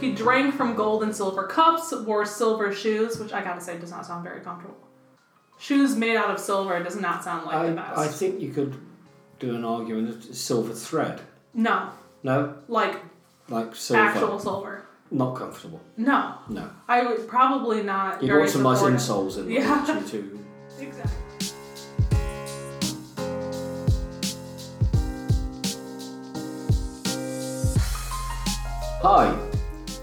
He drank from gold and silver cups, wore silver shoes, which I gotta say does not sound very comfortable. Shoes made out of silver does not sound like the best. I, I think you could do an argument of silver thread. no, No, like like silver. actual silver. Not comfortable. No, No. I would probably not. You very want some nice supportive. insoles in Yeah. there, wouldn't you, too. Exactly. Hi,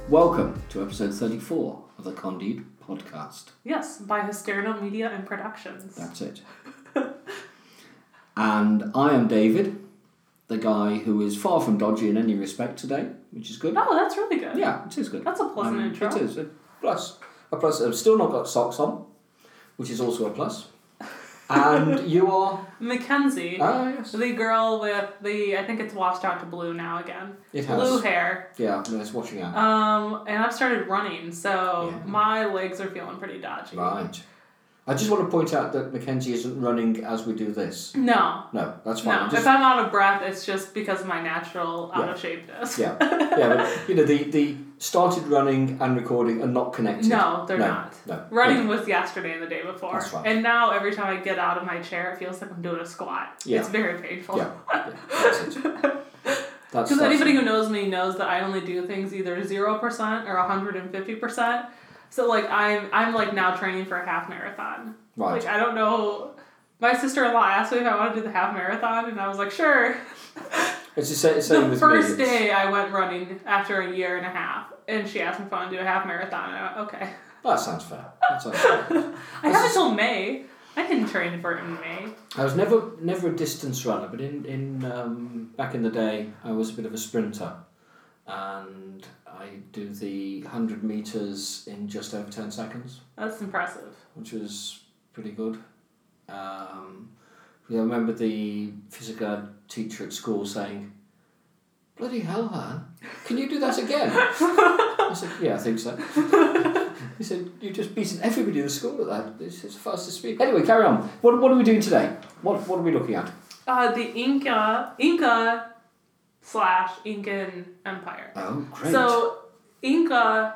welcome to episode 34 of the Condid podcast. Yes, by Hysterno Media and Productions. That's it. and I am David, the guy who is far from dodgy in any respect today, which is good. Oh, that's really good. Yeah, it is good. Um, That's a pleasant intro. It is. A plus. A plus. I've still not got socks on, which is also a plus. And you are. Mackenzie, Ah, yes. the girl with the I think it's washed out to blue now again. It has. Blue hair. Yeah, no, it's washing out. Um, and I've started running, so Yeah. my legs are feeling pretty dodgy. Right. I just want to point out that Mackenzie isn't running as we do this. No. No, that's fine. No, I'm just- if I'm out of breath, it's just because of my natural out of shapeness. Yeah, yeah, but you know the the started running and recording are not connected. No, they're No, not. no, Running was yesterday and the day before. That's right. And now every time I get out of my chair, it feels like I'm doing a squat. Yeah. It's very painful. Yeah, yeah, that's it. That's, Because that's anybody who knows me knows that I only do things either zero percent or hundred and fifty percent. So like I'm I'm like now training for a half marathon. right. Like I don't know. My sister in law asked me if I want to do the half marathon, and I was like, sure. It's the same, same the with first me. It's- day I went running after a year and a half, and she asked me if I want to do a half marathon. And I went, okay. That sounds fair. That sounds fair. I have until May. I can train for it in May. I was never never a distance runner, but in in um, back in the day, I was a bit of a sprinter, and I do the hundred meters in just over ten seconds. That's impressive. which was pretty good. Um, I remember the physical ed teacher at school saying, "Bloody hell, man, can you do that again?" I said, "Yeah, I think so." he said, "You're just beating everybody in the school at that. This is fastest speed." Anyway, carry on. What What are we doing today? What What are we looking at? Uh, the Inca Inca slash Incan Empire. Oh, great! So Inca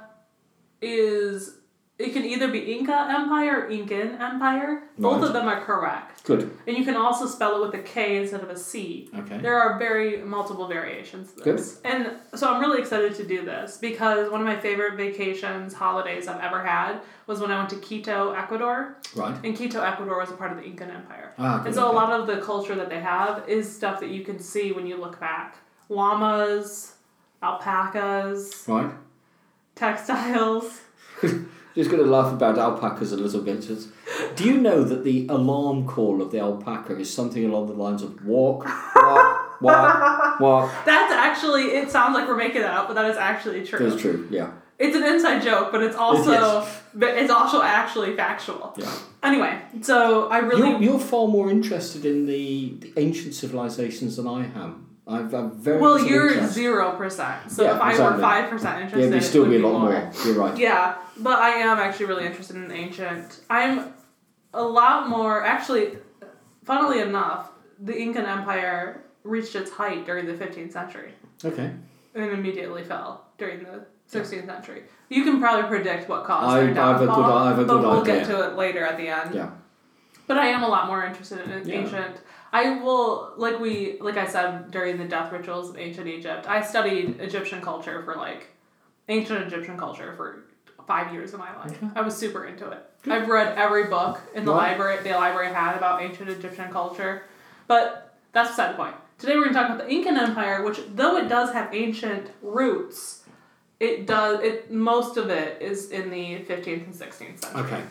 is it can either be Inca Empire or Incan Empire. Both Right. of them are correct. good. And you can also spell it with a K instead of a C. Okay. There are very multiple variations to Good. this. And so I'm really excited to do this because one of my favorite vacations, holidays I've ever had was when I went to Quito, Ecuador. Right. And Quito, Ecuador was a part of the Incan Empire. Ah, good, And so a okay. lot of the culture that they have is stuff that you can see when you look back. Llamas, alpacas, Right. textiles. Just going to laugh about alpacas a little bit. Just- Do you know that the alarm call of the alpaca is something along the lines of walk, walk, walk, walk? That's actually, it sounds like we're making that up, but that is actually true. That's true. Yeah, It's an inside joke, but it's also, Yes. but it's also actually factual. yeah. Anyway, so I really, You're, you're far more interested in the, the ancient civilizations than I am. I've, I've very well, little you're interest. zero percent. So Yeah, if I exactly. were five percent interested, Yeah, it there'd still would be a lot more. You're right. Yeah, but I am actually really interested in ancient. I'm a lot more actually. Funnily enough, the Incan Empire reached its height during the 15th century Okay. and immediately fell during the 16th century. You can probably predict what caused I- their I have a downfall, good- I have a but good we'll get idea. to it later at the end. Yeah. But I am a lot more interested in Yeah. ancient. I will like we like I said during the death rituals of ancient Egypt. I studied Egyptian culture for like ancient Egyptian culture for five years of my life. I was super into it. I've read every book in the Right. library the library had about ancient Egyptian culture, but that's beside the point. Today we're going to talk about the Incan Empire, which though it does have ancient roots, it does it most of it is in the 15th and 16th century. Okay.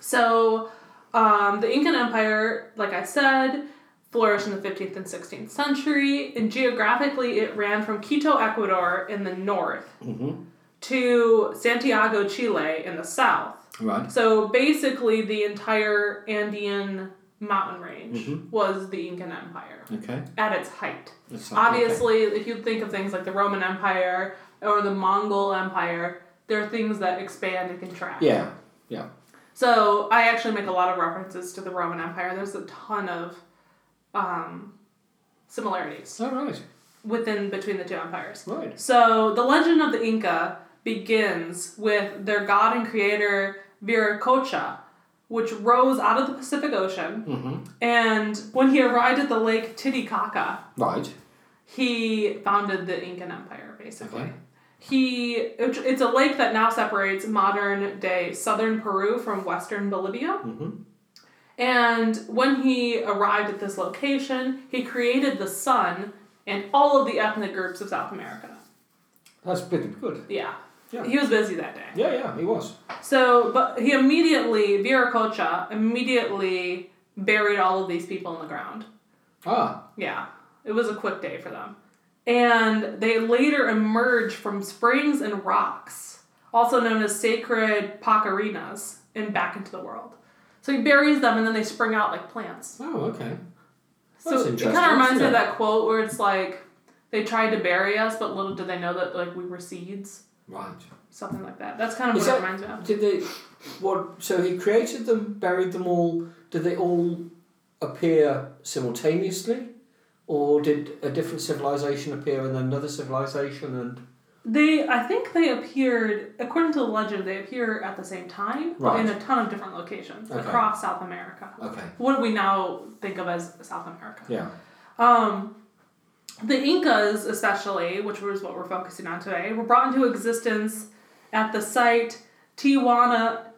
So, um, the Incan Empire, like I said, flourished in the 15th and 16th century, and geographically it ran from Quito, Ecuador in the north to Santiago, Chile in the south. Right. So, basically, the entire Andean mountain range was the Incan Empire Okay. at its height. That's Obviously, if you think of things like the Roman Empire or the Mongol Empire, they're things that expand and contract. okay. Yeah. Yeah. So I actually make a lot of references to the Roman Empire. There's a ton of um, similarities All right. within between the two empires. Right. So the legend of the Inca begins with their god and creator Viracocha, which rose out of the Pacific Ocean. Mm-hmm. And when he arrived at the lake Titicaca, Right. he founded the Incan Empire, basically. Okay. He it- it's a lake that now separates modern day southern Peru from western Bolivia. Mm-hmm. And when he arrived at this location, he created the sun and all of the ethnic groups of South America. That's pretty good. Yeah. Yeah. He was busy that day. Yeah, yeah, he was. So, but he immediately, Viracocha immediately buried all of these people in the ground. Ah, Yeah, it was a quick day for them. And they later emerged from springs and rocks, also known as sacred pacarinas, and back into the world. So he buries them and then they spring out like plants. oh, okay. So That's it interesting, kind of reminds me yeah. of that quote where it's like, they tried to bury us, but little did they know that like we were seeds, Right. something like that. That's kind of Is what it that- reminds me of. Did they. What? So he created them, buried them all. Did they all appear simultaneously? Or did a different civilization appear and then another civilization and. They, I think they appeared, according to the legend, they appear at the same time but in Right. a ton of different locations Okay. across South America. Okay. what we now think of as South America. Yeah. Um, the Incas, especially, which was what we're focusing on today, were brought into existence at the site Tijuana,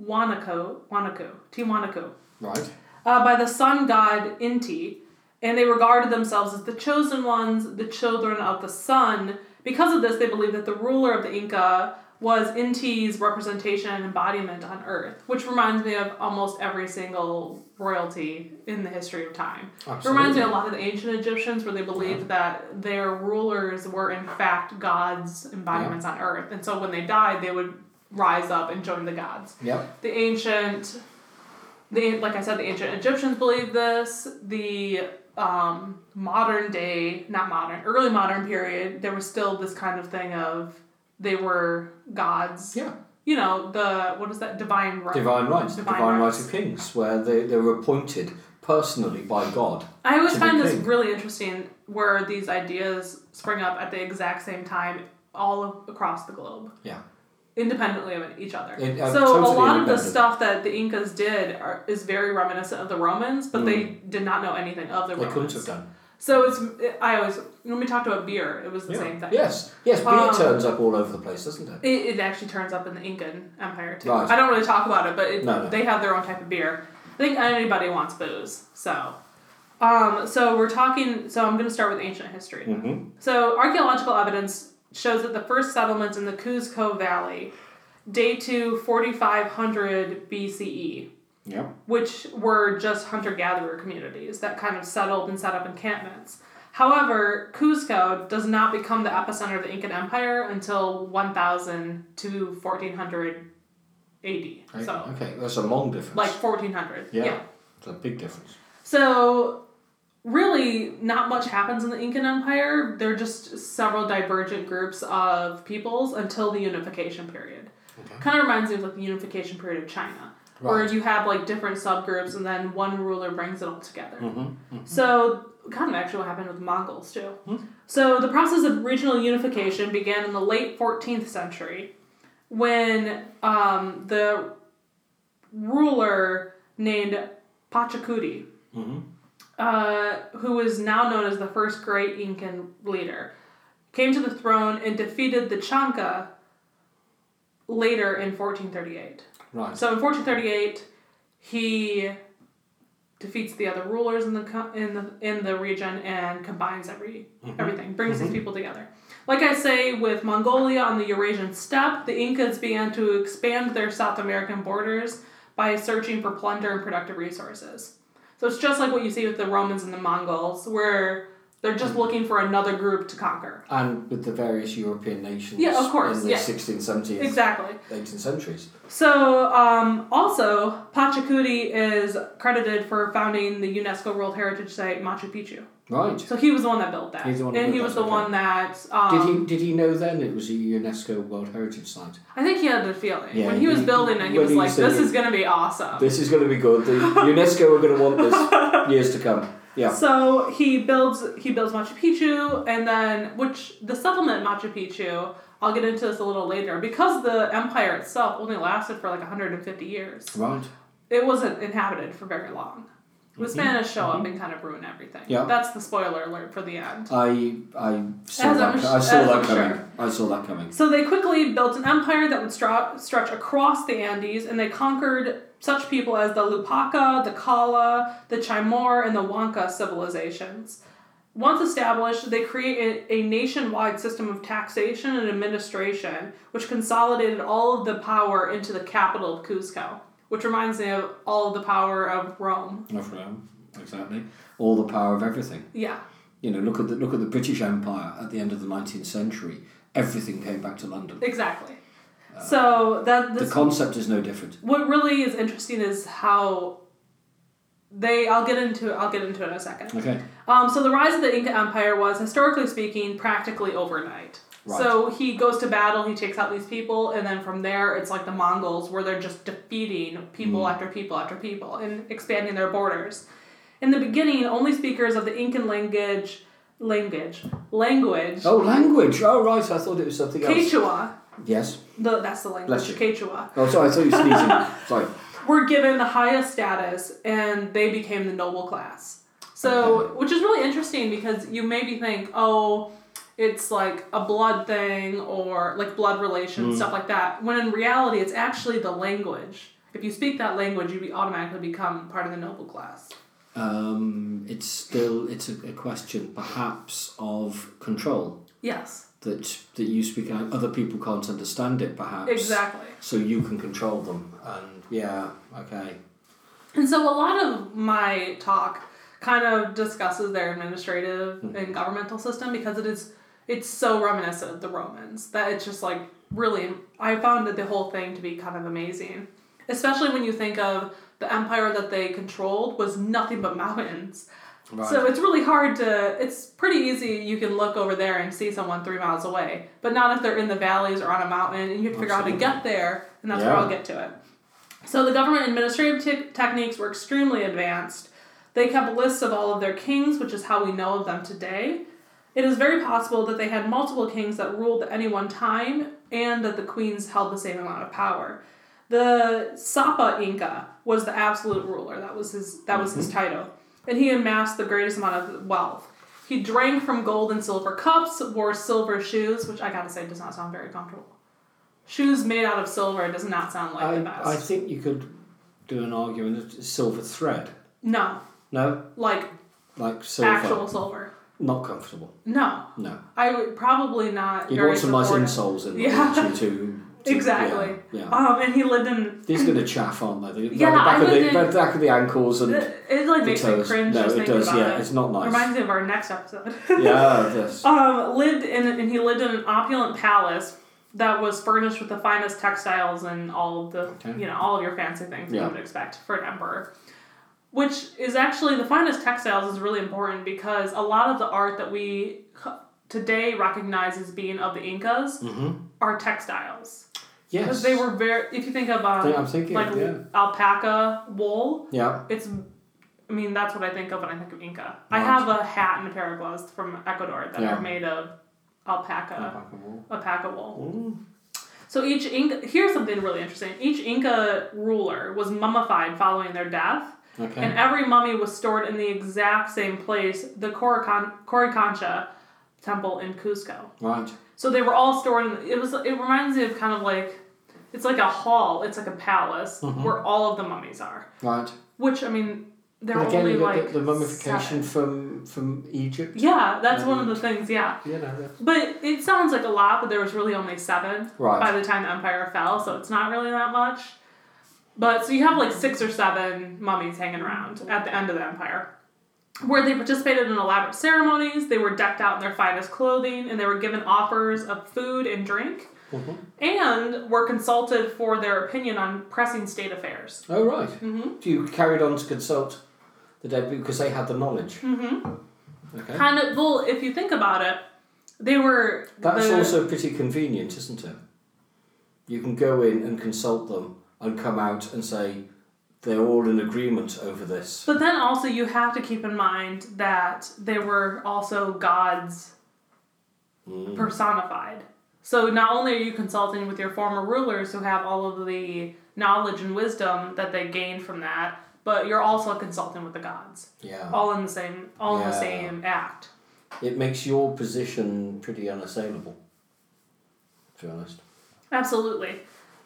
Tiwanaku, Wanaku, Tiwanaku, Right. uh, by the sun god Inti, and they regarded themselves as the chosen ones, the children of the sun. Because of this, they believed that the ruler of the Inca was Inti's representation and embodiment on earth, which reminds me of almost every single royalty in the history of time. It Absolutely. reminds me a lot of the ancient Egyptians where they believed that their rulers were in fact gods embodiments on earth. And so when they died, they would rise up and join the gods Yep. the ancient the like i said the ancient egyptians believed this the um, modern day not modern early modern period there was still this kind of thing of they were gods Yeah. you know the what is that divine right Divine rights, the Divine divine rights. rights of kings, where they, they were appointed personally by God. i always to be find this king. really interesting where these ideas spring up at the exact same time all of, across the globe Yeah. independently of each other. It- uh, so totally a lot of the independent. stuff that the Incas did are, is very reminiscent of the Romans, but they did not know anything of the Mm. They couldn't Romans. have done. So it's I always when we talked about beer, it was the Yeah. same thing. Yes, yes, beer Um, turns up all over the place, doesn't it? It, it actually turns up in the Incan Empire too. Right. I don't really talk about it, but it, No, no. they have their own type of beer. I think anybody wants booze, so. Um, so we're talking. So I'm going to start with ancient history. Mm-hmm. So, archaeological evidence shows that the first settlements in the Cuzco Valley date to 4500 BCE, Yep. E, which were just hunter gatherer communities that kind of settled and set up encampments. However, Cuzco does not become the epicenter of the Incan Empire until 1000 to 1400 AD. So, okay, that's a long difference. like 1400. yeah, yeah. it's a big difference. So, really, not much happens in the Incan Empire. They're just several divergent groups of peoples until the unification period. Okay. Kind of reminds me of like the unification period of China, where Right. you have like different subgroups and then one ruler brings it all together. Mm-hmm. So, kind of actually what happened with the Mongols too. Hmm. So, the process of regional unification began in the late 14th century when um, the ruler named Pachacuti Mm-hmm. uh, who is now known as the first great Incan leader, came to the throne and defeated the Chanca later in 1438. Right. So in 1438, he defeats the other rulers in the co- in the in the region and combines every everything, brings these people together. Like I say, with Mongolia on the Eurasian steppe, the Incas began to expand their South American borders by searching for plunder and productive resources. So it's just like what you see with the Romans and the Mongols, where they're just looking for another group to conquer. and with the various European nations Yeah, of course, in the yeah. 16th, 17th, Exactly. 18th centuries. So, um, also, Pachacuti is credited for founding the UNESCO World Heritage Site Machu Picchu. Right. So he was the one that built that, He's the one who and he built was that, the okay. one that. Um, did he did he know then it was a UNESCO World Heritage Site? I think he had the feeling Yeah, when he was he- building it. He when was he like, said "This it- is gonna be awesome." This is going to be good. The UNESCO are going to want this years to come. Yeah. So he builds he builds Machu Picchu and then which the settlement Machu Picchu, I'll get into this a little later, because the empire itself only lasted for like 150 years. Right. It wasn't inhabited for very long. The Spanish show up and kind of ruin everything. Yeah. That's the spoiler alert for the end. I I saw As that. I'm sh- I saw as that I'm coming. sure. I saw that coming. So they quickly built an empire that would stra- stretch across the Andes, and they conquered such people as the Lupaka, the Kala, the Chimor, and the Huanca civilizations. Once established, they created a nationwide system of taxation and administration, which consolidated all of the power into the capital of Cuzco, which reminds me of all of the power of Rome. Not for them. Exactly. All the power of everything. Yeah. You know, look at the look at the British Empire at the end of the nineteenth century. Everything came back to London. Exactly. so that Uh, The this, concept is no different. what really is interesting is how they. I'll get into. I'll get into it in a second. Okay. Um, so the rise of the Inca Empire was, historically speaking, practically overnight. Right. So he goes to battle, he takes out these people, and then from there it's like the Mongols, where they're just defeating people Mm. after people after people and expanding their borders. In the beginning, only speakers of the Incan language, language, language, Oh, language. Oh, right. I thought it was something else. Quechua. Yes. The, that's the language, Bless you. Quechua. Oh, sorry. I thought you were sneezing. sorry. were given the highest status and they became the noble class. So, Okay. which is really interesting because you maybe think, oh, it's like a blood thing or like blood relation, stuff like that. When in reality, it's actually the language. If you speak that language, you be automatically become part of the noble class. Um, it's still it's a, a question perhaps of control Yes, that that you speak out. Other people can't understand it perhaps. exactly. So you can control them. And yeah. Okay. And so a lot of my talk kind of discusses their administrative and governmental system because it is it's so reminiscent of the Romans that it's just like really I found that the whole thing to be kind of amazing. Especially when you think of the empire that they controlled was nothing but mountains. Right. So it's really hard to it's pretty easy you can look over there and see someone 3 miles away, but not if they're in the valleys or on a mountain and you have to figure out how to get there and that's where Yeah. I'll get to it. So the government administrative te- techniques were extremely advanced. They kept lists of all of their kings, which is how we know of them today. It is very possible that they had multiple kings that ruled at any one time and that the queens held the same amount of power. The Sapa Inca was the absolute ruler. That was his that was his Mm-hmm. title. And he amassed the greatest amount of wealth. He drank from gold and silver cups, wore silver shoes, which I gotta say does not sound very comfortable. Shoes made out of silver does not sound like the best. I, I think you could do an argument of silver thread. No, No, like like silver. actual silver. Not comfortable. No, No. I would probably not. You very want some nice supportive. insoles in Yeah. there, wouldn't you, to, to- Exactly. Yeah. yeah. Um, and he lived in. These are gonna chaff, aren't they? The, Yeah, the back I of the, lived in- the back of the ankles and It, it, like the makes me toes. cringe No, just it thinking does. about Yeah, it. it's not nice. Reminds me of our next episode. yeah, yes. um, lived in and he lived in an opulent palace that was furnished with the finest textiles and all of the Okay. you know all of your fancy things Yeah. you would expect for an emperor. Which is actually the finest textiles is really important because a lot of the art that we c- today recognize as being of the Incas are textiles. Mm-hmm. Yes. Because they were very, if you think of um, Yeah, I'm thinking, like yeah. alpaca wool, Yeah. it's, I mean, that's what I think of when I think of Inca. I Right. have a hat and a pair of gloves from Ecuador that Yeah. Uh-huh. are made of alpaca, alpaca wool. Mm. So each Inca, here's something really interesting. Each Inca ruler was mummified following their death, Okay. and every mummy was stored in the exact same place, the Coricon- Coricancha temple in Cusco. right. So they were all stored. In, it was. It reminds me of kind of like, it's like a hall. It's like a palace where all of the mummies are. Right. Which I mean, they're And again, only you got like the, the seven. mummification from from Egypt. Yeah, that's one of the things. Yeah, You know. that- but it sounds like a lot, but there was really only seven Right. by the time the empire fell, so it's not really that much. But so you have like six or seven mummies hanging around at the end of the empire, where they participated in elaborate ceremonies. They were decked out in their finest clothing, and they were given offers of food and drink. mm-hmm. and were consulted for their opinion on pressing state affairs. Oh right. Mm-hmm. You carried on to consult the dead people because they had the knowledge. Mm-hmm. Okay. Kind of, well, if you think about it, they were. That's the- also pretty convenient, isn't it? You can go in and consult them and come out and say, they're all in agreement over this. But then also, you have to keep in mind that they were also gods Mm. personified. So not only are you consulting with your former rulers who have all of the knowledge and wisdom that they gained from that, but you're also consulting with the gods, Yeah. all in the same, all in the Yeah. same act. It makes your position pretty unassailable, to be honest. Absolutely.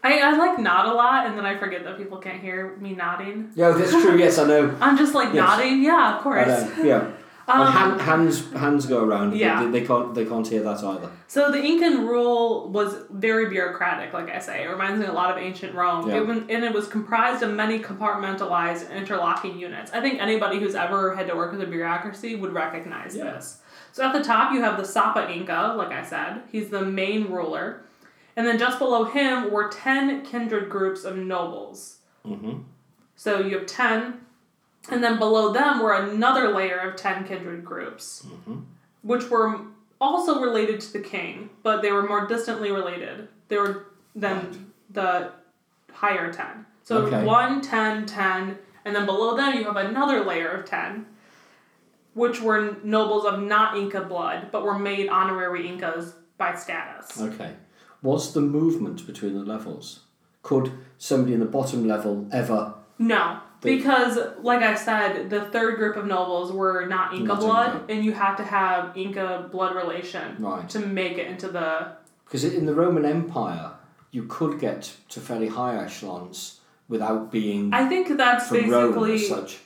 I, I like nod a lot, and then I forget that people can't hear me nodding. Yeah, that's true. Yes, I know. I'm just like Yes. nodding. Yeah, of I course. know. Yeah. Um, and hand, hands hands go around. They- Yeah. They, can't they can't hear that either. So the Incan rule was very bureaucratic, like I say. It reminds me a lot of ancient Rome. Yeah. It was, and it was comprised of many compartmentalized and interlocking units. I think anybody who's ever had to work with a bureaucracy would recognize Yeah. this. So at the top, you have the Sapa Inca, like I said. He's the main ruler. And then just below him were 10 kindred groups of nobles. Mm-hmm. So you have 10. And then below them were another layer of 10 kindred groups Mm-hmm. which were also related to the king, but they were more distantly related. They were than Right. the higher ten. So Okay. one, ten, ten, and then below them you have another layer of ten, which were nobles of not Inca blood, but were made honorary Incas by status. Okay. Was the movement between the levels? Could somebody in the bottom level ever? No. They- because, like I said, the third group of nobles were not Inca Not blood, Inca. and you have to have Inca blood relation Right. to make it into the Because in the Roman Empire, you could get to fairly high echelons without being I think that's from Rome basically as such.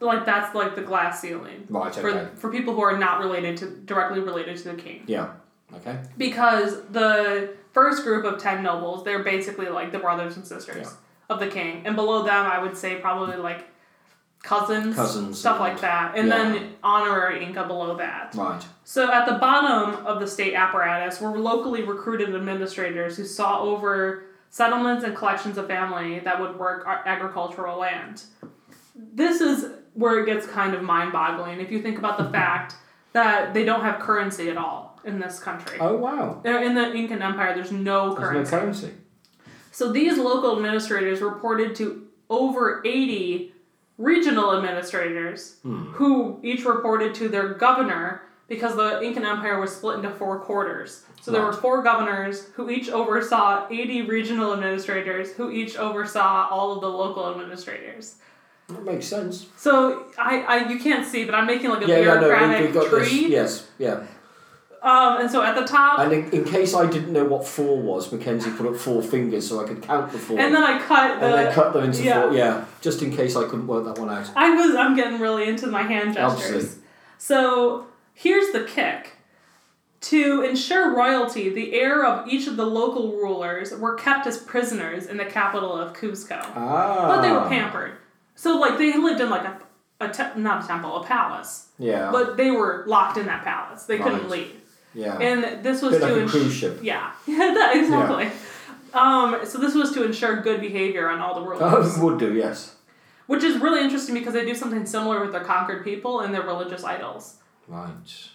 like that's like the glass ceiling Right. Okay. for for people who are not related to directly related to the king Yeah. Okay. because the first group of 10 nobles they're basically like the brothers and sisters of the king and below them i would say probably like cousins Cousins stuff and- like that and yeah. then honorary inca below that Right. so at the bottom of the state apparatus were locally recruited administrators who saw over settlements and collections of family that would work ar- agricultural land. This is where it gets kind of mind-boggling if you think about the fact that they don't have currency at all in this country. Oh wow. Uh, In the Incan Empire, there's no There's currency. no currency. So these local administrators reported to over 80 regional administrators Hmm. who each reported to their governor because the Incan Empire was split into four quarters. So there were Right. four governors who each oversaw 80 regional administrators who each oversaw all of the local administrators. That makes sense. So I, I you can't see, but I'm making like a yeah. Yeah. No. we- bureaucratic We've got this. tree. Yes. Yeah. Um, and so at the top, And in, in case I didn't know what four was, Mackenzie put up four fingers so I could count the four. and then I cut the. and then cut them into yeah. four. Yeah, just in case I couldn't work that one out. I was I'm getting really into my hand gestures. Obviously. So here's the kick. To ensure royalty, the heir of each of the local rulers were kept as prisoners in the capital of Cuzco. Ah. But they were pampered. So like they lived in like a, a te- not a temple, a palace. Ah, Yeah. But they were locked in that palace. They couldn't Right. leave. yeah. And this was Bit to like a ens- cruise ship. Yeah. Yeah, that- exactly. Um, so this was to ensure good behavior on all the rulers. would do, yes. Which is really interesting because they do something similar with their conquered people and their religious idols. Right.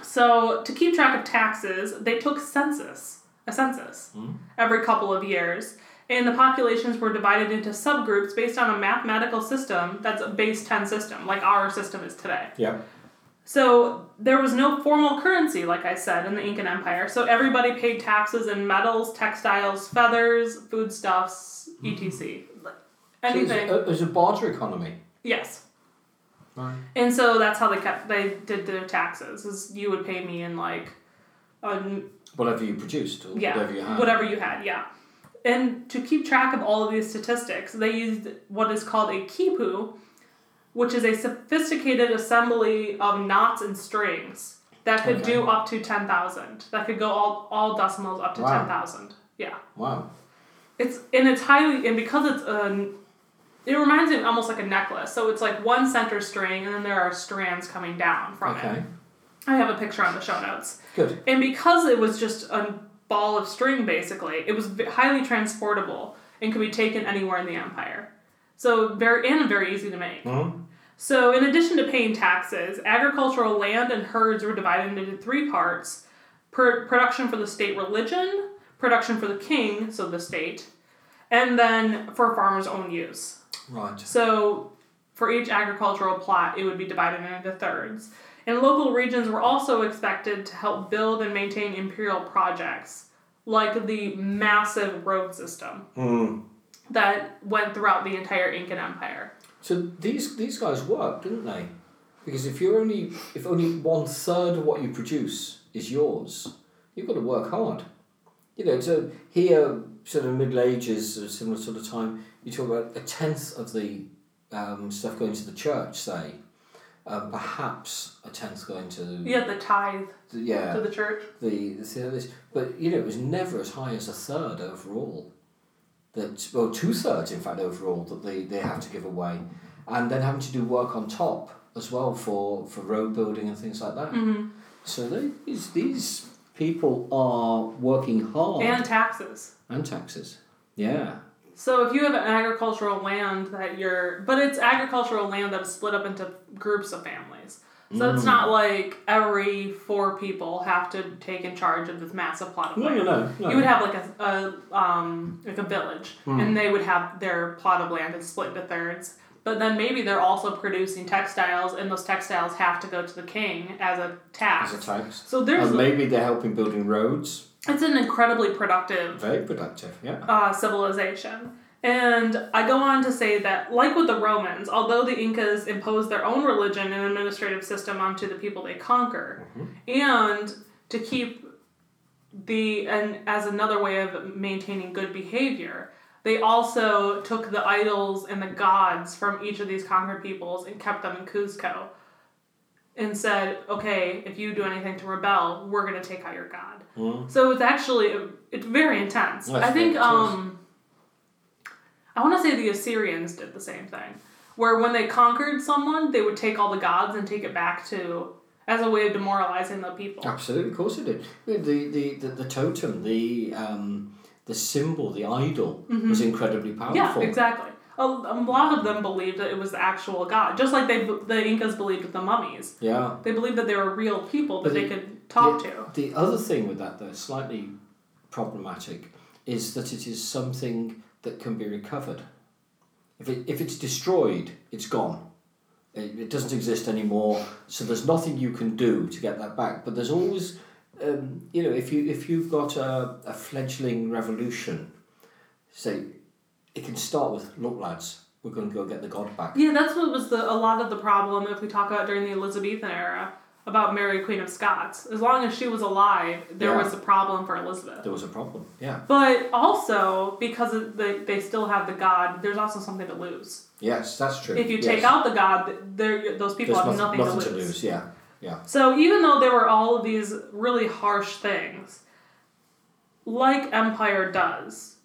So, to keep track of taxes, they took census, a census, every couple of years. And the populations were divided into subgroups based on a mathematical system that's a base 10 system, like our system is today. Yeah. So, there was no formal currency, like I said, in the Incan Empire. So, everybody paid taxes in metals, textiles, feathers, foodstuffs, etc. Anything. So it's a, it's a barter economy. Yes. Right. And so that's how they kept they did their taxes. Is you would pay me in like, um, Whatever you produced or yeah, whatever you had. you had, yeah. And to keep track of all of these statistics, they used what is called a kipu, which is a sophisticated assembly of knots and strings that could Okay. do up to ten thousand. That could go all all decimals up to Wow. ten thousand. Yeah. Wow. It's and it's highly and because it's a, it reminds me almost like a necklace. So it's like one center string, and then there are strands coming down from Okay. it. I have a picture on the show notes. Good. And because it was just a ball of string, basically, it was v- highly transportable and could be taken anywhere in the empire. So very and very easy to make. hmm So, in addition to paying taxes, agricultural land and herds were divided into three parts pr- production for the state religion, production for the king, so the state, and then for farmers' own use. Right. So for each agricultural plot, it would be divided into thirds. And local regions were also expected to help build and maintain imperial projects, like the massive road system Mm. that went throughout the entire Incan Empire. So these these guys worked, didn't they? Because if you're only if only one third of what you produce is yours, you've got to work hard. You know, so here, sort of Middle Ages, a similar sort of time, you talk about a tenth of the um, stuff going to the church, say, um, perhaps a tenth going to You had the tithe the, yeah to the church. the, the service. But you know, it was never as high as a third overall. That well, two thirds in fact overall that they, they have to give away, and then having to do work on top as well for, for road building and things like that. Mhm. So they, these these people are working hard And taxes. and taxes. Yeah. So if you have an agricultural land that you're, but it's agricultural land that is split up into groups of families. So it's not like every four people have to take in charge of this massive plot of land. no, You would have like a, a um, like a village, Hmm. and they would have their plot of land and split into thirds. But then maybe they're also producing textiles, and those textiles have to go to the king as a tax. as a tax. so there's And maybe they're helping building roads. it's an incredibly productive Very productive. Yeah. uh, civilization. And I go on to say that, like with the Romans, although the Incas imposed their own religion and administrative system onto the people they conquer, Mm-hmm. and to keep the and as another way of maintaining good behavior, they also took the idols and the gods from each of these conquered peoples and kept them in Cuzco, and said, "Okay, if you do anything to rebel, we're going to take out your god." So it's actually it's very intense. Hmm? That's I think very intense. um I want to say the Assyrians did the same thing, where when they conquered someone, they would take all the gods and take it back to as a way of demoralizing the Oh, people. Absolutely, of course it did. The the the, the totem, the um, the symbol, the idol was incredibly powerful. Mm-hmm. Yeah, exactly. A, a lot of them believed that it was the actual god, just like they the Incas believed with the mummies. Yeah. They believed that they were real people that But they the- could talk the, to. The other thing with that, though, slightly problematic, is that it is something that can be recovered. If it, if it's destroyed, it's gone. It, it doesn't exist anymore. So there's nothing you can do to get that back. But there's always, um, you know, if you if you've got a, a fledgling revolution, say, it can start with look, lads, we're going to go get the god back. Yeah, that's what was the a lot of the problem if we talk about during the Elizabethan era about Mary Queen of Scots. As long as she was alive, there Yeah. was a problem for Elizabeth. There was a problem. Yeah. But also because of the, they still have the god, there's also something to lose. Yes, that's true. If you Yes. take out the god, there those people there's have nothing, nothing, nothing to lose. Yeah. Yeah. So even though there were all of these really harsh things, like empire does,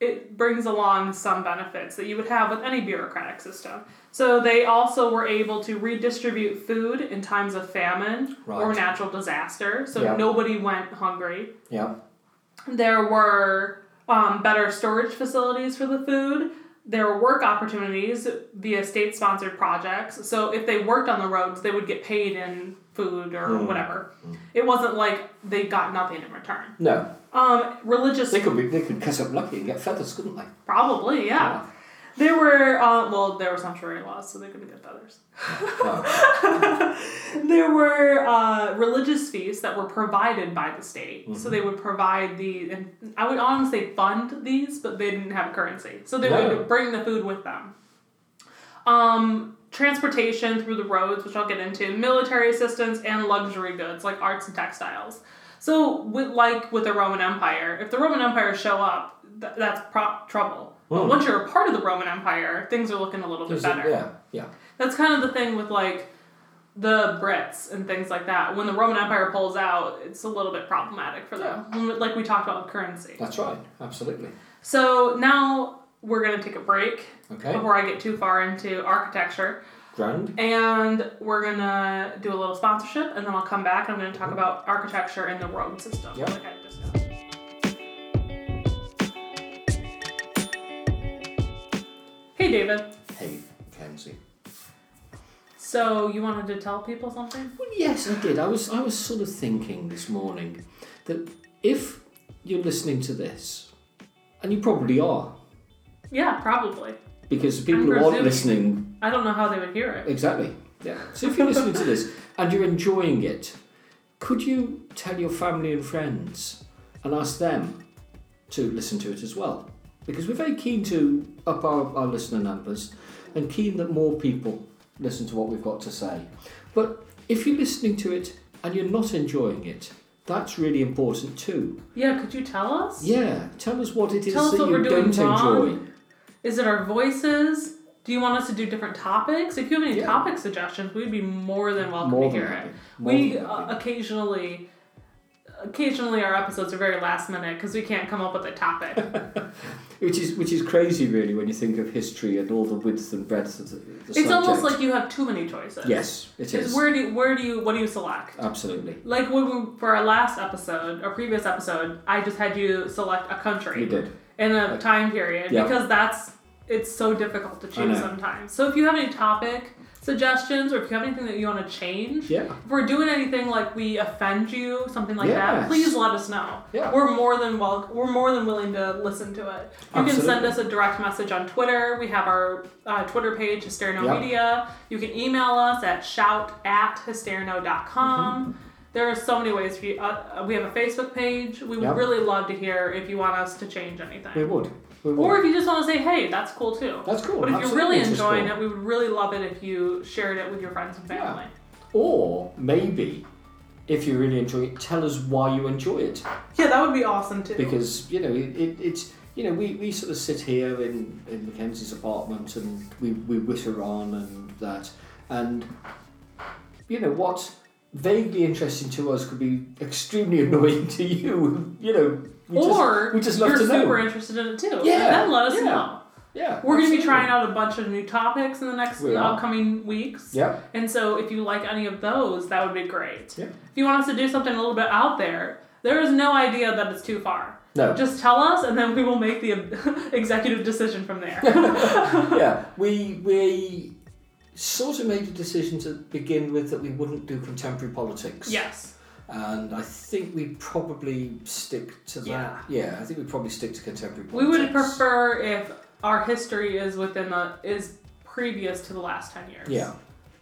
it brings along some benefits that you would have with any bureaucratic system. So they also were able to redistribute food in times of famine or Right. natural disaster, so Yeah. nobody went hungry. Yeah. There were um, better storage facilities for the food. There were work opportunities via state sponsored projects. So if they worked on the roads, they would get paid in food or whatever. It wasn't like they got nothing in return. No, Um, religious, they could be, they could catch up lucky and get feathers, couldn't they? probably, yeah. There were, uh, well, there were sanctuary laws, so they couldn't get feathers. Oh, There were uh, religious feasts that were provided by the state. So Mm-hmm. they would provide the, and I would honestly fund these, but they didn't have currency. So they No. would bring the food with them. Um, transportation through the roads, which I'll get into, military assistance, and luxury goods like arts and textiles. So, with, like with the Roman Empire, if the Roman Empire show up, th- that's pro- trouble. But Hmm. once you're a part of the Roman Empire, things are looking a little bit There's better a- yeah, yeah. that's kind of the thing with like the Brits and things like that. When the Roman Empire pulls out, it's a little bit problematic for them. Like we talked about with currency. That's right. Absolutely. So now we're gonna take a break Okay. before I get too far into architecture, Grand. and we're gonna do a little sponsorship, and then I'll come back. and I'm gonna talk about architecture and the road system, Yep. like I discussed. Hey David, Hey, Kenzie. so you wanted to tell people something? Well, yes, I did. I was I was sort of thinking this morning that if you're listening to this, and you probably are, Yeah, probably. Because the people I'm who aren't presuming. listening, I don't know how they would hear it. exactly. Yeah. So if you're listening to this and you're enjoying it, could you tell your family and friends and ask them to listen to it as well? Because we're very keen to up our, our listener numbers and keen that more people listen to what we've got to say. But if you're listening to it and you're not enjoying it, that's really important too. Yeah, could you tell us? Yeah, tell us what it is Tell us that what you we're doing don't wrong. enjoy. Is it our voices? Do you want us to do different topics? If you have any Yeah. topic suggestions, we'd be more than welcome More to than hear happy. it. More we than happy. uh, occasionally, occasionally our episodes are very last minute because we can't come up with a topic. which is which is crazy, really, when you think of history and all the width and breadth of the, the it's almost like you have too many choices. yes, it It's is Uh, Where do you, where do you what do you select? absolutely. Like when we, for our last episode, our previous episode, I just had you select a country You did. and a time period Yeah. because that's it's so difficult to know. choose sometimes. So if you have any topic suggestions or if you have anything that you want to change, Yeah, if we're doing anything like we offend you, something like Yes. that, please let us know. Yeah. We're more than wel- we're more than willing to listen to it. You Absolutely. can send us a direct message on Twitter. We have our uh, Twitter page, Hysterno Yeah. Media. You can email us at shout at Mm-hmm. hysterno.com. There are so many ways. For you, uh, we have a Facebook page. We would Yeah. really love to hear if you want us to change anything. we would. We would. Or if you just want to say, hey, that's cool too. That's cool. But if you're absolutely, really it is enjoying cool. it, we would really love it if you shared it with your friends and Yeah. family. or maybe if you really enjoy it, tell us why you enjoy it. Yeah, that would be awesome too. because you know it, it, it's you know we, we sort of sit here in, in Mackenzie's apartment and we, we whitter on and that and you know what vaguely interesting to us could be extremely annoying to you you know we or just, we just love you're to know super interested in it too. Yeah, then let us yeah. know. yeah We're going to absolutely. be trying out a bunch of new topics in the next We the are. upcoming weeks. yeah And so, if you like any of those, that would be great. Yeah. If you want us to do something a little bit out there, there is no idea that it's too far. no Just tell us, and then we will make the executive decision from there. yeah we we sort of made a decision to begin with that we wouldn't do contemporary politics yes. And I think we probably stick to that. Yeah. Yeah, I think we probably stick to contemporary We politics. would prefer if our history is within the is previous to the last 10 years. Yeah.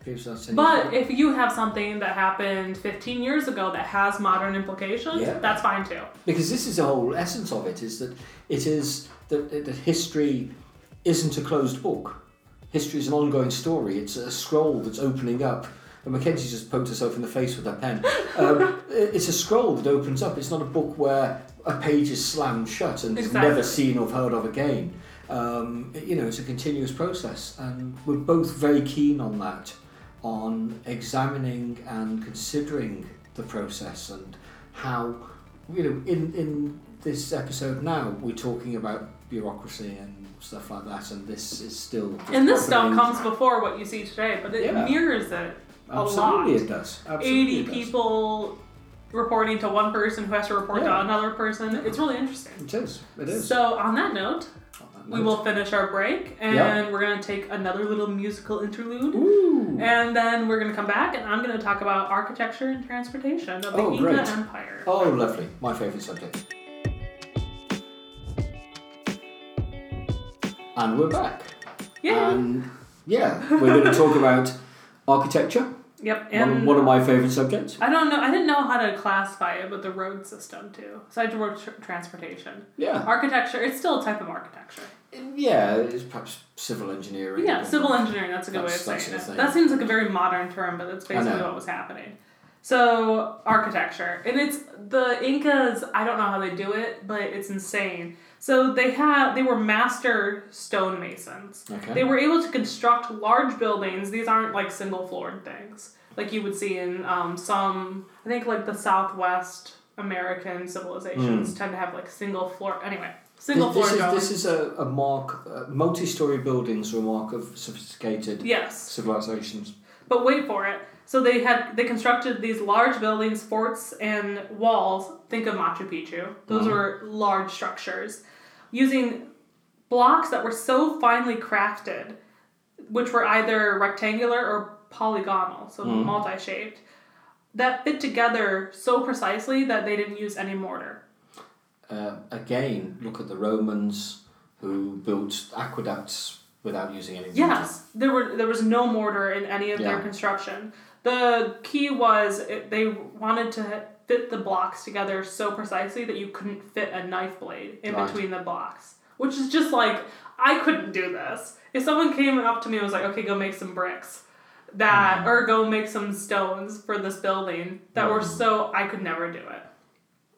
Gives us any- But if you have something that happened 15 years ago that has modern implications, Yeah. that's fine too. because this is the whole essence of it is that it is that, that history isn't a closed book. History is an ongoing story. It's a scroll that's opening up. And Mackenzie just poked herself in the face with her pen. Um, it's a scroll that opens up. It's not a book where a page is slammed shut and Exactly. is never seen or heard of again. Um, you know, it's a continuous process, and we're both very keen on that, on examining and considering the process and how, you know, in in this episode now we're talking about bureaucracy and stuff like that, and this is still. just And this stuff happening. comes before what you see today, but it Yeah. mirrors it a Absolutely, lot. it does. Absolutely 80 it does. people reporting to one person who has to report Yeah. to another person. It's really interesting. It is. It is. So, on that note, we will finish our break and Yeah. we're going to take another little musical interlude. Ooh. And then we're going to come back and I'm going to talk about architecture and transportation of the Oh, Inca great. Empire. Oh, lovely. My favourite subject. And we're back. Yeah. And yeah, we're going to talk about architecture. yep. One, of- And one of my favourite subjects. I don't know. I didn't know how to classify it, but the road system too. So I just wrote tr- transportation, Yeah. architecture. It's still a type of architecture. Yeah, it's perhaps civil engineering. yeah, civil engineering. That's a good That's- way of that's saying the it. thing. That seems like a very modern term, but that's basically know. what was happening. So architecture, and it's the Incas. I don't know how they do it, but it's insane. So they had they were master stonemasons. Okay. They were able to construct large buildings. These aren't like single floored things like you would see in um, some, I think, like the Southwest American civilizations tend to have like single floor. Anyway, single This, floor Hmm. this is, buildings. this is a, a mark, uh, multi story buildings are a mark of sophisticated Yes, civilizations. but wait for it. So they had they constructed these large buildings, forts, and walls. Think of Machu Picchu. Those were large structures, using blocks that were so finely crafted, which were either rectangular or polygonal, so multi-shaped, that fit together so precisely that they didn't use any mortar. Uh, again, look at the Romans, who built aqueducts without using any water. Yes, there were there was no mortar in any of their Yeah. construction. The key was it, they wanted to fit the blocks together so precisely that you couldn't fit a knife blade in Right. between the blocks, which is just like I couldn't do this. If someone came up to me and was like, "Okay, go make some bricks." That Mm-hmm. or go make some stones for this building that were Mhm. so I could never do it.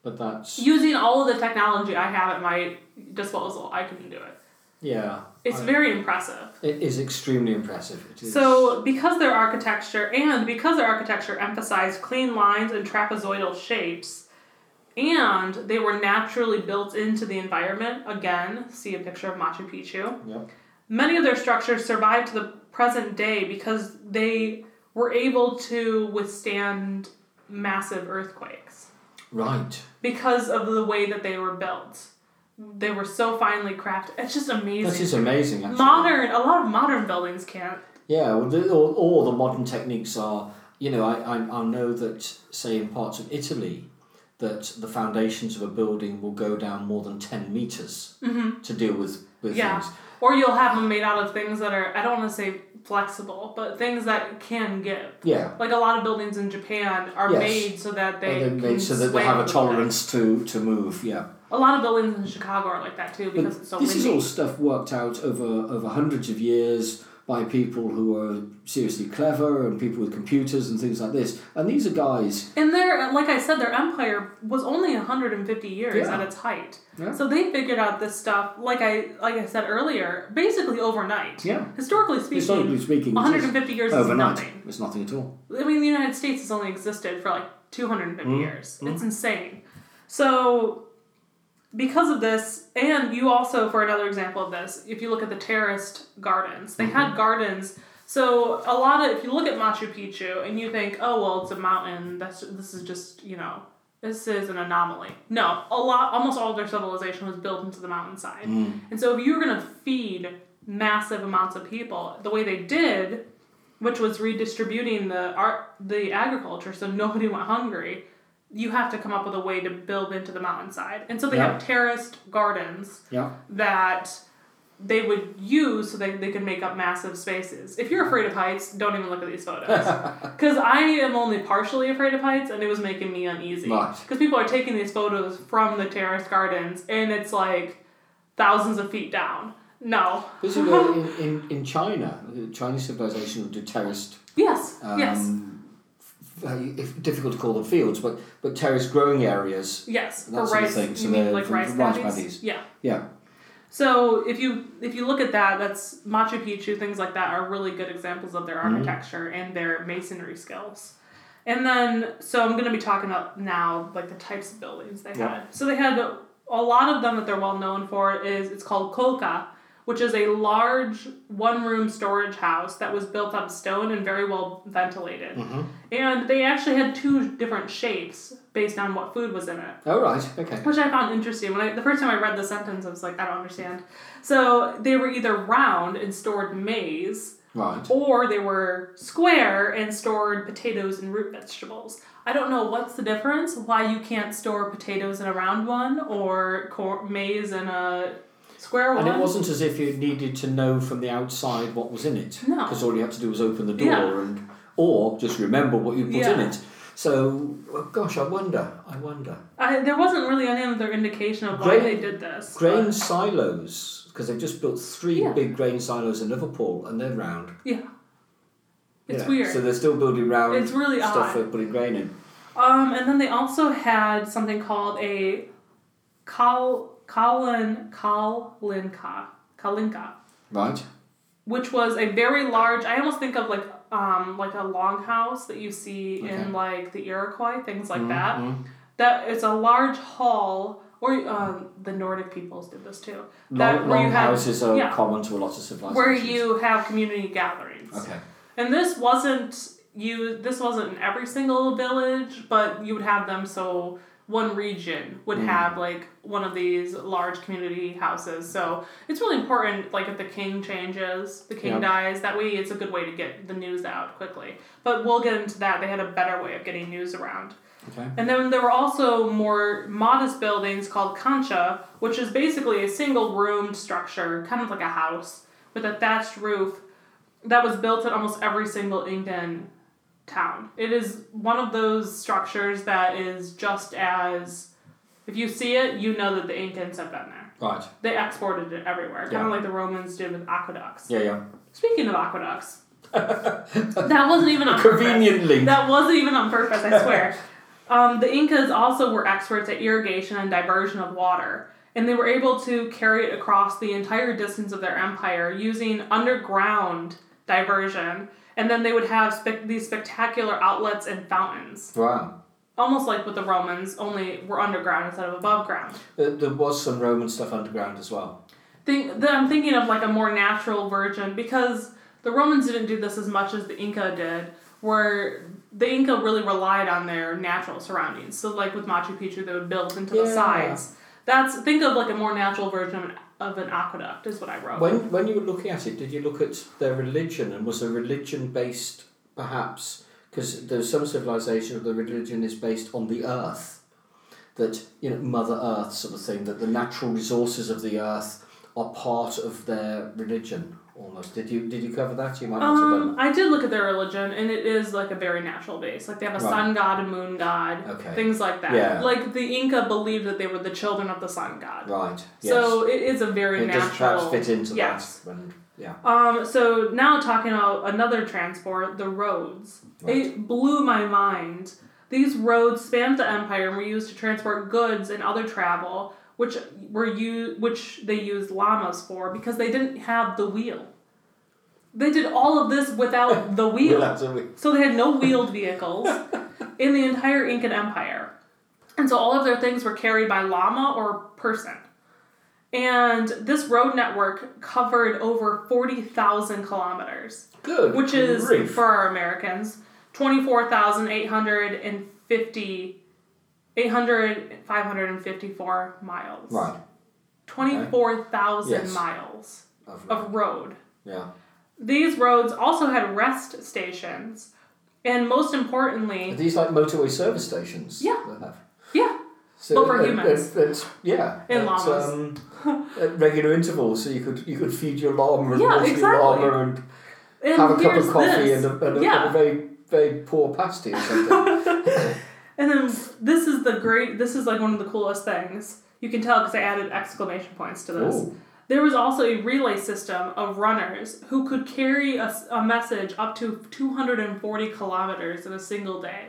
But that's Using all of the technology I have at my disposal, I couldn't do it. yeah. It's I- very impressive. it is extremely impressive. It is So, because their architecture and because their architecture emphasized clean lines and trapezoidal shapes, and they were naturally built into the environment, again, see a picture of Machu Picchu, Yep. many of their structures survived to the present day because they were able to withstand massive earthquakes Right. because of the way that they were built. They were so finely crafted. It's just amazing. This is amazing. Actually. modern, a lot of modern buildings can't. Yeah, well, the, all, all the modern techniques are, you know, I, I, I know that, say, in parts of Italy, that the foundations of a building will go down more than 10 meters to deal with, with Mm-hmm. Yeah. things. Or you'll have them made out of things that are, I don't want to say flexible, but things that can give. Yeah. Like a lot of buildings in Japan are Yes. made so that they And then can they, so that sway they have a a little bit. tolerance to, to move, yeah. A lot of buildings in Chicago are like that too because it's so this is windy. all stuff worked out over, over hundreds of years by people who are seriously clever and people with computers and things like this. And these are guys, and their, like I said, their empire was only 150 years Yeah. at its height. Yeah. So they figured out this stuff, like I like I said earlier, basically overnight. yeah, Historically speaking, historically speaking, it's 150 years is overnight. nothing. It's nothing at all. I mean, the United States has only existed for like 250 Mm. years. It's insane. So, because of this, and you also, for another example of this, if you look at the terraced gardens, they had gardens. So, a lot of, if you look at Machu Picchu and you think, oh, well, it's a mountain, that's this is just, you know, this is an anomaly. No, a lot, almost all of their civilization was built into the mountainside. And so, if you were going to feed massive amounts of people the way they did, which was redistributing the art, the agriculture, so nobody went hungry. You have to come up with a way to build into the mountainside, and so they Yeah. have terraced gardens Yeah. that they would use so they, they could make up massive spaces. If you're afraid of heights, don't even look at these photos, because I am only partially afraid of heights, and it was making me uneasy. Right. Because people are taking these photos from the terraced gardens, and it's like thousands of feet down. No. This is where in, in, in China, the Chinese civilization would do terraced. Yes. Um, yes. f- uh, if- difficult to call them fields, but but terraced growing areas. Yes, That for sort of rice. thing. So you mean they're like from- rice from rice paddies? paddies. Yeah. Yeah, So if you if you look at that, that's Machu Picchu. Things like that are really good examples of their Mm-hmm. architecture and their masonry skills. And then, so I'm going to be talking about now like the types of buildings they Yeah. had. So they had a lot of them that they're well known for is it's called kolka, which is a large one room storage house that was built on stone and very well ventilated. Mm-hmm. And they actually had two different shapes based on what food was in it Oh right. Okay. which I found interesting. When I the first time I read the sentence, I was like, I don't understand. So they were either round and stored maize, Right. or they were square and stored potatoes and root vegetables. I don't know what's the difference. Why you can't store potatoes in a round one or cor- maize in a square one? And it wasn't as if you needed to know from the outside what was in it. No. Because all you had to do was open the door Yeah. and or just remember what you put in Yeah. it. So well, gosh, I wonder. I wonder. I, there wasn't really any other indication of why Grain- they did this. Grain but- silos because they've just built three Yeah. big grain silos in Liverpool and they're round. Yeah. It's Yeah, weird. So they're still building round It's really stuff odd. for putting grain in. Um, and then they also had something called a kal kalin kalinka kalinka, Right. which was a very large. I almost think of like um like a longhouse that you see in like the Iroquois things like that. Mm-hmm. That it's a large hall, or um, the Nordic peoples did this too. That Long, where long you have houses are yeah, common to a lot of civilizations. where you have community gatherings. Okay. And this wasn't you this wasn't in every single village, but you would have them so one region would have like one of these large community houses. So it's really important like if the king changes, the king Yeah. dies, that way it's a good way to get the news out quickly. But we'll get into that. They had a better way of getting news around. Okay. And then there were also more modest buildings called concha, which is basically a single roomed structure, kind of like a house, with a thatched roof that was built in almost every single Incan town. It is one of those structures that is just as, if you see it, you know that the Incans have been there. Right. They exported it everywhere, kind Yeah. of like the Romans did with aqueducts. Yeah, yeah. Speaking of aqueducts, that wasn't even on purpose. Conveniently. That wasn't even on purpose, I swear. um, the Incas also were experts at irrigation and diversion of water, and they were able to carry it across the entire distance of their empire using underground diversion. And then they would have spe- these spectacular outlets and fountains, Wow. almost like with the Romans, only were underground instead of above ground. There, there was some Roman stuff underground as well. Think that I'm thinking of like a more natural version because the Romans didn't do this as much as the Inca did, where the Inca really relied on their natural surroundings. So like with Machu Picchu, they would build into the Yeah. sides. That's think of like a more natural version of an, of an aqueduct is what I wrote. When when you were looking at it, did you look at their religion and was the religion based perhaps because there's some civilization where the religion is based on the earth, that you know Mother Earth sort of thing, that the natural resources of the earth are part of their religion almost. Did you did you cover that? You might not have Um, done. I did look at their religion, and it is like a very natural base. Like they have a Right. sun god, a moon god, Okay. things like that. Yeah. Like the Inca believed that they were the children of the sun god. Right. Yes. So it is a very it natural. does perhaps fit into yes. that. When, yeah. Um, so now talking about another transport, the roads. It blew my mind. These roads spanned the empire and were used to transport goods and other travel, which were u- which they used llamas for because they didn't have the wheel. They did all of this without the We'll wheel. have to- So they had no wheeled vehicles in the entire Incan Empire. And so all of their things were carried by llama or person. And this road network covered over 40,000 kilometers, Good. which is, grief. for our Americans, 24,850 800 554 miles. right. 24,000 Yes. miles Of- of road. yeah. These roads also had rest stations, and most Are importantly, these like motorway service stations? Yeah. They have. yeah, So But for it- humans. it- it's- yeah. And at, llamas. um, at regular intervals, so you could you could feed your llama and Yeah, water exactly. your llama and, and have a cup here's of coffee this. and a, and, a, yeah. and a very very poor pasty or something. And then this is the great. This is like one of the coolest things. You can tell because I added exclamation points to this. Ooh. There was also a relay system of runners who could carry a, s- a message up to 240 kilometers in a single day.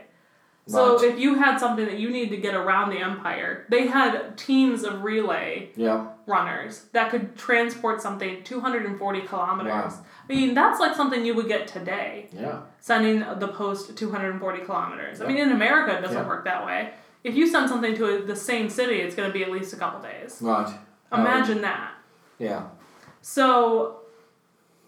So Right. if you had something that you needed to get around the empire, they had teams of relay yeah. runners that could transport something 240 kilometers. Wow. I mean, that's like something you would get today, Yeah. sending the post 240 kilometers. I Yeah. mean, in America, it doesn't Yeah. work that way. If you send something to the same city, it's going to be at least a couple days. Right. Oh, Imagine that. yeah. So,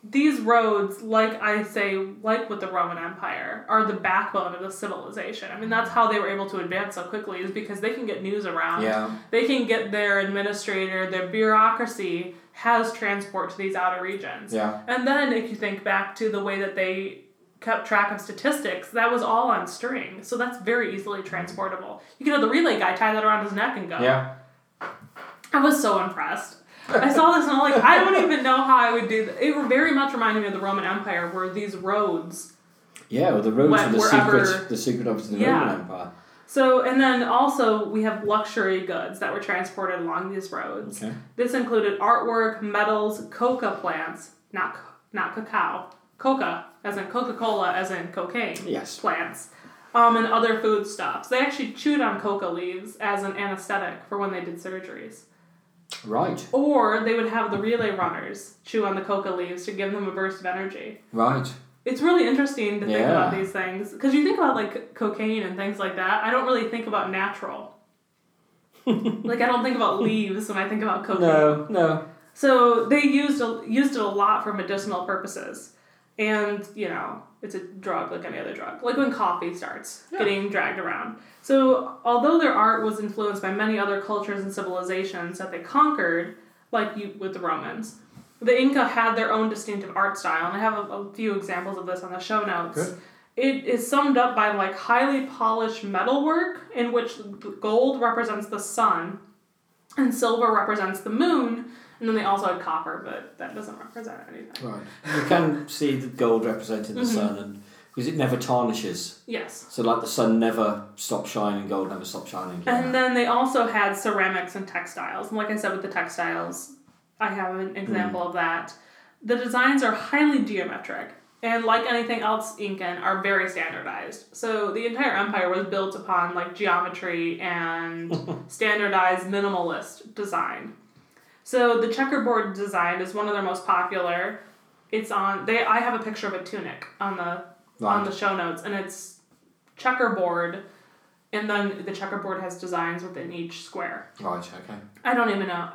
these roads, like I say, like with the Roman Empire, are the backbone of the civilization. I mean, that's how they were able to advance so quickly, is because they can get news around Yeah. they can get their administrator, their bureaucracy has transport to these outer regions. Yeah. And then if you think back to the way that they kept track of statistics, that was all on string. So that's very easily transportable. You could have the relay guy tie that around his neck and go. Yeah. I was so impressed. I saw this and I'm like, I don't even know how I would do that. It very much reminded me of the Roman Empire where these roads Yeah. Well, the roads Where- are the wherever- secret, the secret of the Yeah. Roman Empire. So, and then also we have luxury goods that were transported along these roads. Okay. This included artwork, metals, coca plants, not c- not cacao, coca as in Coca Cola, as in cocaine Yes. plants, um, and other foodstuffs. They actually chewed on coca leaves as an anesthetic for when they did surgeries. Right. Or they would have the relay runners chew on the coca leaves to give them a burst of energy. Right. It's really interesting to think Yeah. about these things because you think about like cocaine and things like that. I don't really think about natural. like I don't think about leaves when I think about cocaine. No. No. So they used a, used it a lot for medicinal purposes, and you know it's a drug like any other drug. Like when coffee starts Yeah. getting dragged around. So although their art was influenced by many other cultures and civilizations that they conquered, like you with the Romans, the Inca had their own distinctive art style, and I have a, a few examples of this on the show notes. Good. It is summed up by like highly polished metalwork in which gold represents the sun and silver represents the moon. And then they also had copper, but that doesn't represent anything. Right. You can see the gold representing the Mm-hmm. sun, and because it never tarnishes. Yes. So like the sun never stops shining, gold never stops shining. And then they also had ceramics and textiles. And like I said with the textiles, I have an example of that. The designs are highly geometric and like anything else Incan are very standardized. So the entire empire was built upon like geometry and standardized minimalist design. So the checkerboard design is one of their most popular. It's on they I have a picture of a tunic on the on Right. the show notes and it's checkerboard and then the checkerboard has designs within each square. Right. Okay. I don't even know.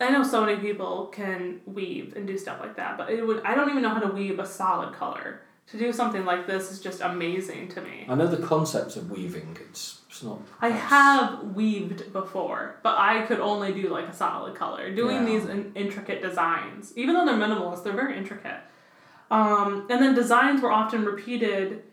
I know so many people can weave and do stuff like that, but it would I don't even know how to weave a solid color. To do something like this is just amazing to me. I know the concept of weaving. It's it's not. I it's- have weaved before, but I could only do like a solid color. Doing Yeah. these in- intricate designs, even though they're minimalist, they're very intricate. Um, and then designs were often repeated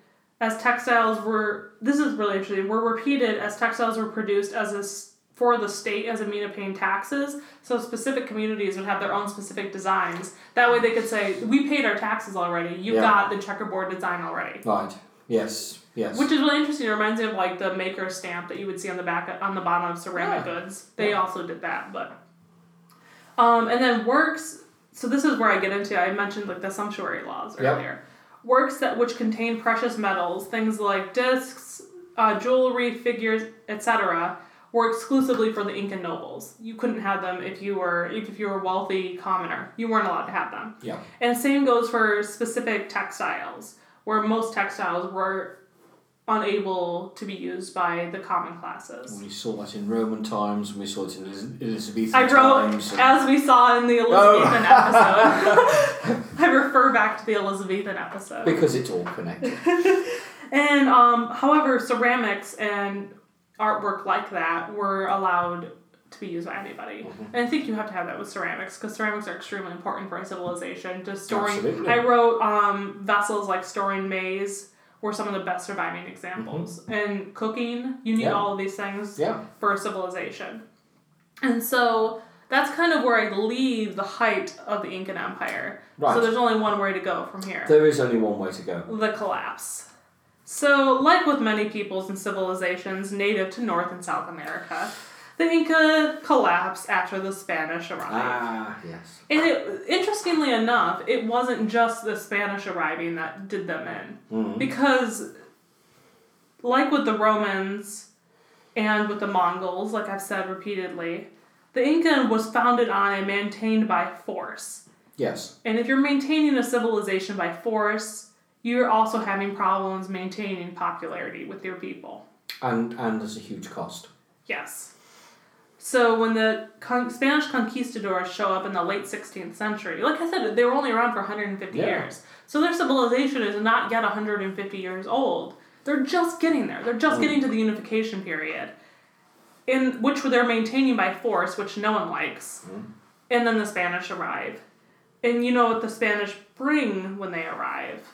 as textiles were. This is really interesting. Were repeated as textiles were produced as a s- for the state as a mean of paying taxes. So specific communities would have their own specific designs. That way they could say, "We paid our taxes already. You Yeah. got the checkerboard design already." Right. Yes. Yes. Which is really interesting. It reminds me of like the maker stamp that you would see on the back on the bottom of ceramic Yeah. goods. They Yeah. also did that, but um, and then works. So this is where I get into. I mentioned like the sumptuary laws Yep. earlier. Works that which contain precious metals, things like discs, uh, jewelry, figures, etc., were exclusively for the Incan nobles. You couldn't have them if you were if you were a wealthy commoner. You weren't allowed to have them. yeah. And same goes for specific textiles, where most textiles were unable to be used by the common classes. We saw that in Roman times, and we saw it in Eliz- Elizabethan I wrote, times. and- Oh. as we saw in the Elizabethan episode, I refer back to the Elizabethan episode. because it's all connected. And um, however, ceramics and artwork like that were allowed to be used by anybody. Mm-hmm. And I think you have to have that with ceramics because ceramics are extremely important for a civilization. Just storing, Absolutely. I wrote um, vessels like storing maize were some of the best surviving examples. And cooking, you need Mm-hmm. Yeah. all of these things yeah. for a civilization. And so that's kind of where I leave the height of the Incan Empire. Right. So there's only one way to go from here There is only one way to go. the collapse. So, like with many peoples and civilizations native to North and South America, the Inca collapsed after the Spanish arrived. Ah, yes. And it, interestingly enough, it wasn't just the Spanish arriving that did them in. Because, like with the Romans and with the Mongols, like I've said repeatedly, the Inca was founded on and maintained by force. Yes. And if you're maintaining a civilization by force, you're also having problems maintaining popularity with your people. And and there's a huge cost. Yes. So when the con- Spanish conquistadors show up in the late 16th century, like I said, they were only around for 150 Yeah. years. So their civilization is not yet 150 years old. They're just getting there. They're Mm. just getting to the unification period, in which they're maintaining by force, which no one likes. Mm. And then the Spanish arrive. And you know what the Spanish bring when they arrive?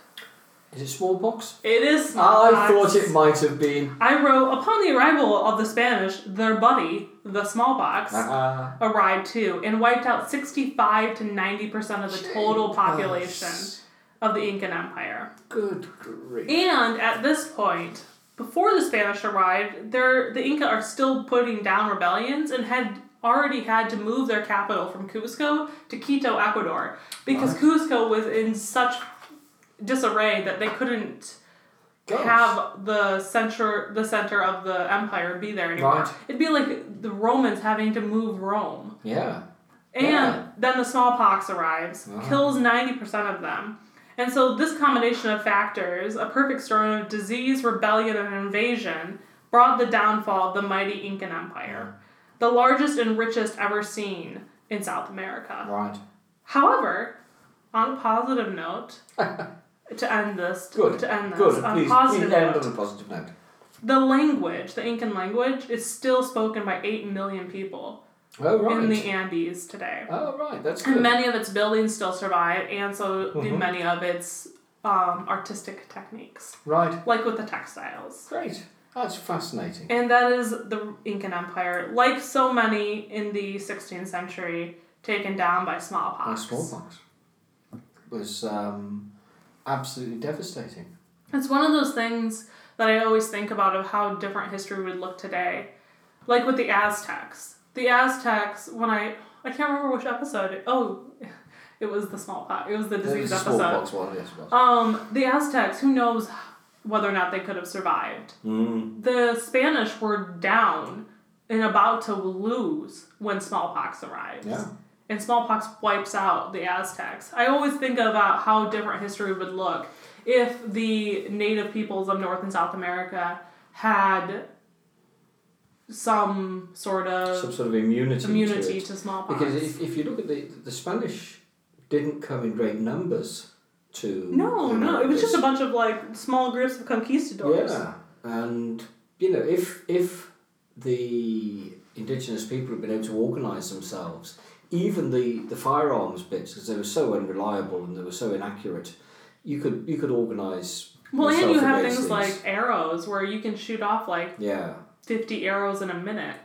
Is it smallpox? It is. I smallpox. thought it might have been. I wrote upon the arrival of the Spanish, their buddy, the smallpox, Ah. arrived too and wiped out 65 to 90 percent of the total population Jesus. of the Incan Empire. Good grief. And at this point, before the Spanish arrived, they're, the Inca are still putting down rebellions and had already had to move their capital from Cusco to Quito, Ecuador, because What? Cusco was in such disarray that they couldn't Gosh. have the center the center of the empire be there anymore. Right. It'd be like the Romans having to move Rome. Yeah. And Yeah. then the smallpox arrives, Uh-huh. kills 90% of them. And so this combination of factors, a perfect storm of disease, rebellion and invasion, brought the downfall of the mighty Incan Empire, the largest and richest ever seen in South America. Right. However, on a positive note, to end this, Good. to end this, Good. on Please, a positive please end note, on a positive note. the language, the Incan language, is still spoken by 8 million people Oh right. in the Andes today. oh right. That's And good. Mm-hmm. many of its buildings still survive, and so do many of its um, artistic techniques, Right. like with the textiles. Great. That's fascinating. And that is the Incan Empire, like so many in the 16th century, taken down by My smallpox. smallpox was um, absolutely devastating. It's one of those things that I always think about of how different history would look today. Like with the Aztecs. The Aztecs, when I I can't remember which episode. It, oh, it was the smallpox. It was the It disease was a episode. smallpox one, yes, it was. Um, the Aztecs. Who knows whether or not they could have survived? Mm. The Spanish were down and about to lose when smallpox arrives. Yeah. And smallpox wipes out the Aztecs. I always think about how different history would look if the native peoples of North and South America had some sort of Some sort of immunity. to immunity it. to, smallpox. Because if, if you look at the the Spanish, didn't come in great numbers to. no, the no, it was just a Americas. bunch of like small groups of conquistadors. Yeah, and you know if if the indigenous people had been able to organise themselves, even the the firearms bits because they were so unreliable and they were so inaccurate, you could you could organise. Well, and yourself you have things against these. like arrows where you can shoot off like yeah. 50 arrows in a minute.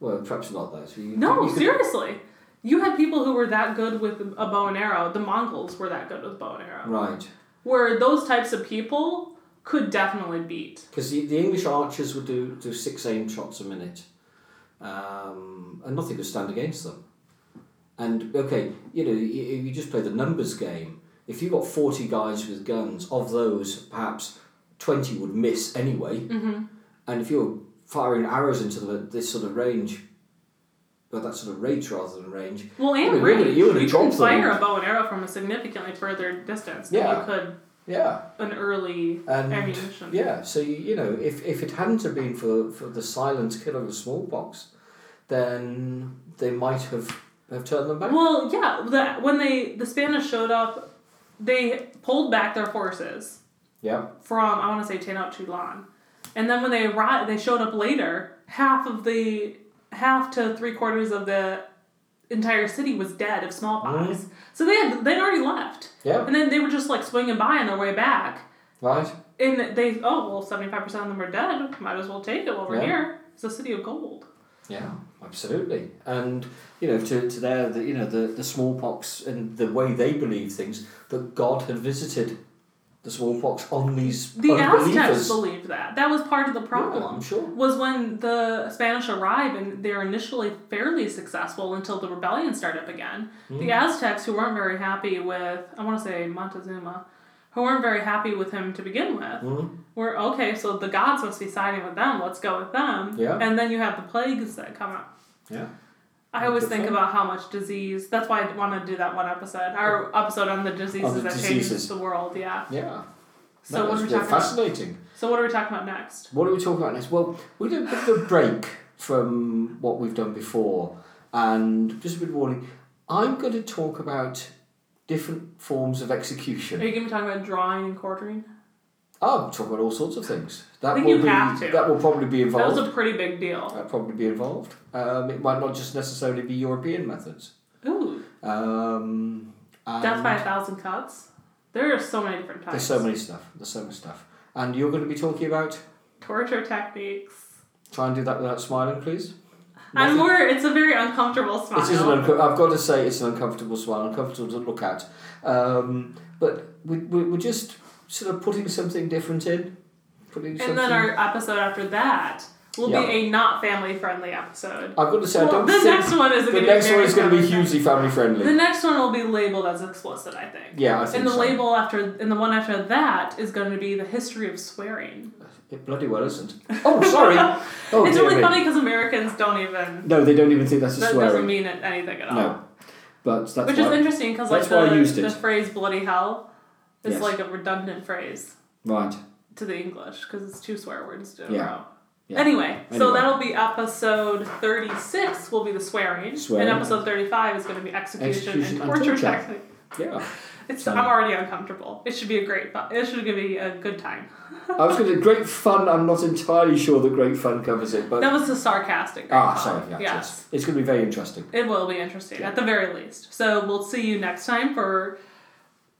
Well, perhaps not those. You, No, you could- seriously. You had people who were that good with a bow and arrow. The Mongols were that good with bow and arrow. right. Where those types of people could definitely beat. Because the, the English archers would do, do six aim shots a minute, um, and nothing could stand against them. And okay, you know, you, you just play the numbers game. If you got 40 guys with guns, of those, perhaps 20 would miss anyway. And if you're firing arrows into the, this sort of range, well, that sort of rate rather than range, Well, and Well, really, range. you would've could dropped them. fire a bow and arrow from a significantly further distance than Yeah. you could yeah. an early And ammunition. Yeah, so you, you know, if, if it hadn't have been for, for the silent killer of smallpox, then they might have, have turned them back. Well, yeah, the, when they the Spanish showed up, they pulled back their forces. Yeah, from I want to say Tenochtitlan, and then when they arrived, they showed up later. Half of the half to three quarters of the entire city was dead of smallpox. So they had they'd already left, yeah, and then they were just like swinging by on their way back, right. and they oh well seventy five percent of them are dead. Might as well take it while we're Yeah. here. It's a city of gold. Yeah, absolutely. And, you know, to, to their, the, you know, the, the smallpox and the way they believe things, that God had visited the smallpox on these The Aztecs unbelievers. believed that. That was part of the problem. Yeah, I'm sure. was when the Spanish arrived and they were initially fairly successful until the rebellion started up again. Hmm. The Aztecs, who weren't very happy with, I want to say Montezuma, who weren't very happy with him to begin with, Hmm. Mm-hmm. were okay, so the gods must be siding with them, let's go with them. Yeah. And then you have the plagues that come up. Yeah. I always Good think point. about how much disease. That's why I want to do that one episode, our episode on the diseases that changes diseases. the world. Yeah. Yeah. So No, what are we that's talking about? fascinating. So what are we talking about next? What are we talking about next? Well, we did a bit of a break from what we've done before, and just a bit of warning. I'm going to talk about different forms of Are execution. you going to be talking about drawing and quartering? Oh, talk about all sorts of things. That I think will you be have to. that will probably be That was involved. a pretty big deal. That'll probably be involved. Um, it might not just necessarily be European methods. Ooh. Um, and Death by a thousand cuts. There are so many different types. there's so many stuff. There's so much stuff, and you're going to be talking about. torture techniques. Try and do that without smiling, please. I'm Nothing- more. It's a very uncomfortable smile. It is an unco- I've got to say, it's an uncomfortable smile, uncomfortable to look at. Um, but we, we, we're just sort of putting something different in. Putting and something... then our episode after that will Yeah. be a not family friendly episode. I've got to say, I Well, don't the think next one is the going next one is going to be huge. hugely family friendly. The next one will be labeled as explicit, I think. yeah, I think And the so. label after, and the one after that is going to be the history of swearing. It bloody well isn't. Oh, sorry. Oh, it's dear really me. funny because Americans don't even. No, they don't even think that's a That doesn't swearing. mean anything at all. No, but that's Which is why. interesting because like that's why I the, used the it. phrase "bloody hell" is Yes. like a redundant phrase right. to the English because it's two swear words to Yeah. a row. Yeah. Anyway, so Anyway. that'll be episode thirty six. Will be the swearing, Swearing. and episode thirty five is going to be execution, Execution and and torture torture. technique. Yeah. It's So- I'm already uncomfortable. It should be a great. fu- It should be a good time. I was going to great fun. I'm not entirely sure that great fun covers it, but That was a sarcastic. ah, fun. sorry. Yeah, yes. yes. It's going to be very interesting. It will be interesting Yeah. at the very least. So we'll see you next time for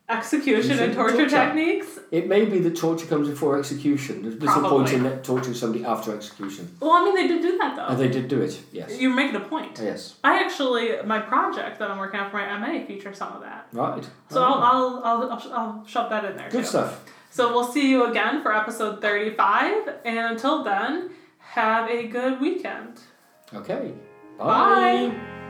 execution and Using torture, torture. techniques. It may be that torture comes before execution. There's, there's no point Probably. in that torturing somebody after execution. Well, I mean, they did do that though. And Oh, they did do it, yes. You're making a point. Yes. I actually, my project that I'm working on for my MA features some of that. Right. So Ah. I'll, I'll, I'll, I'll, I'll shove that in there Good too. stuff. So we'll see you again for episode 35. And until then, have a good weekend. Okay. Bye.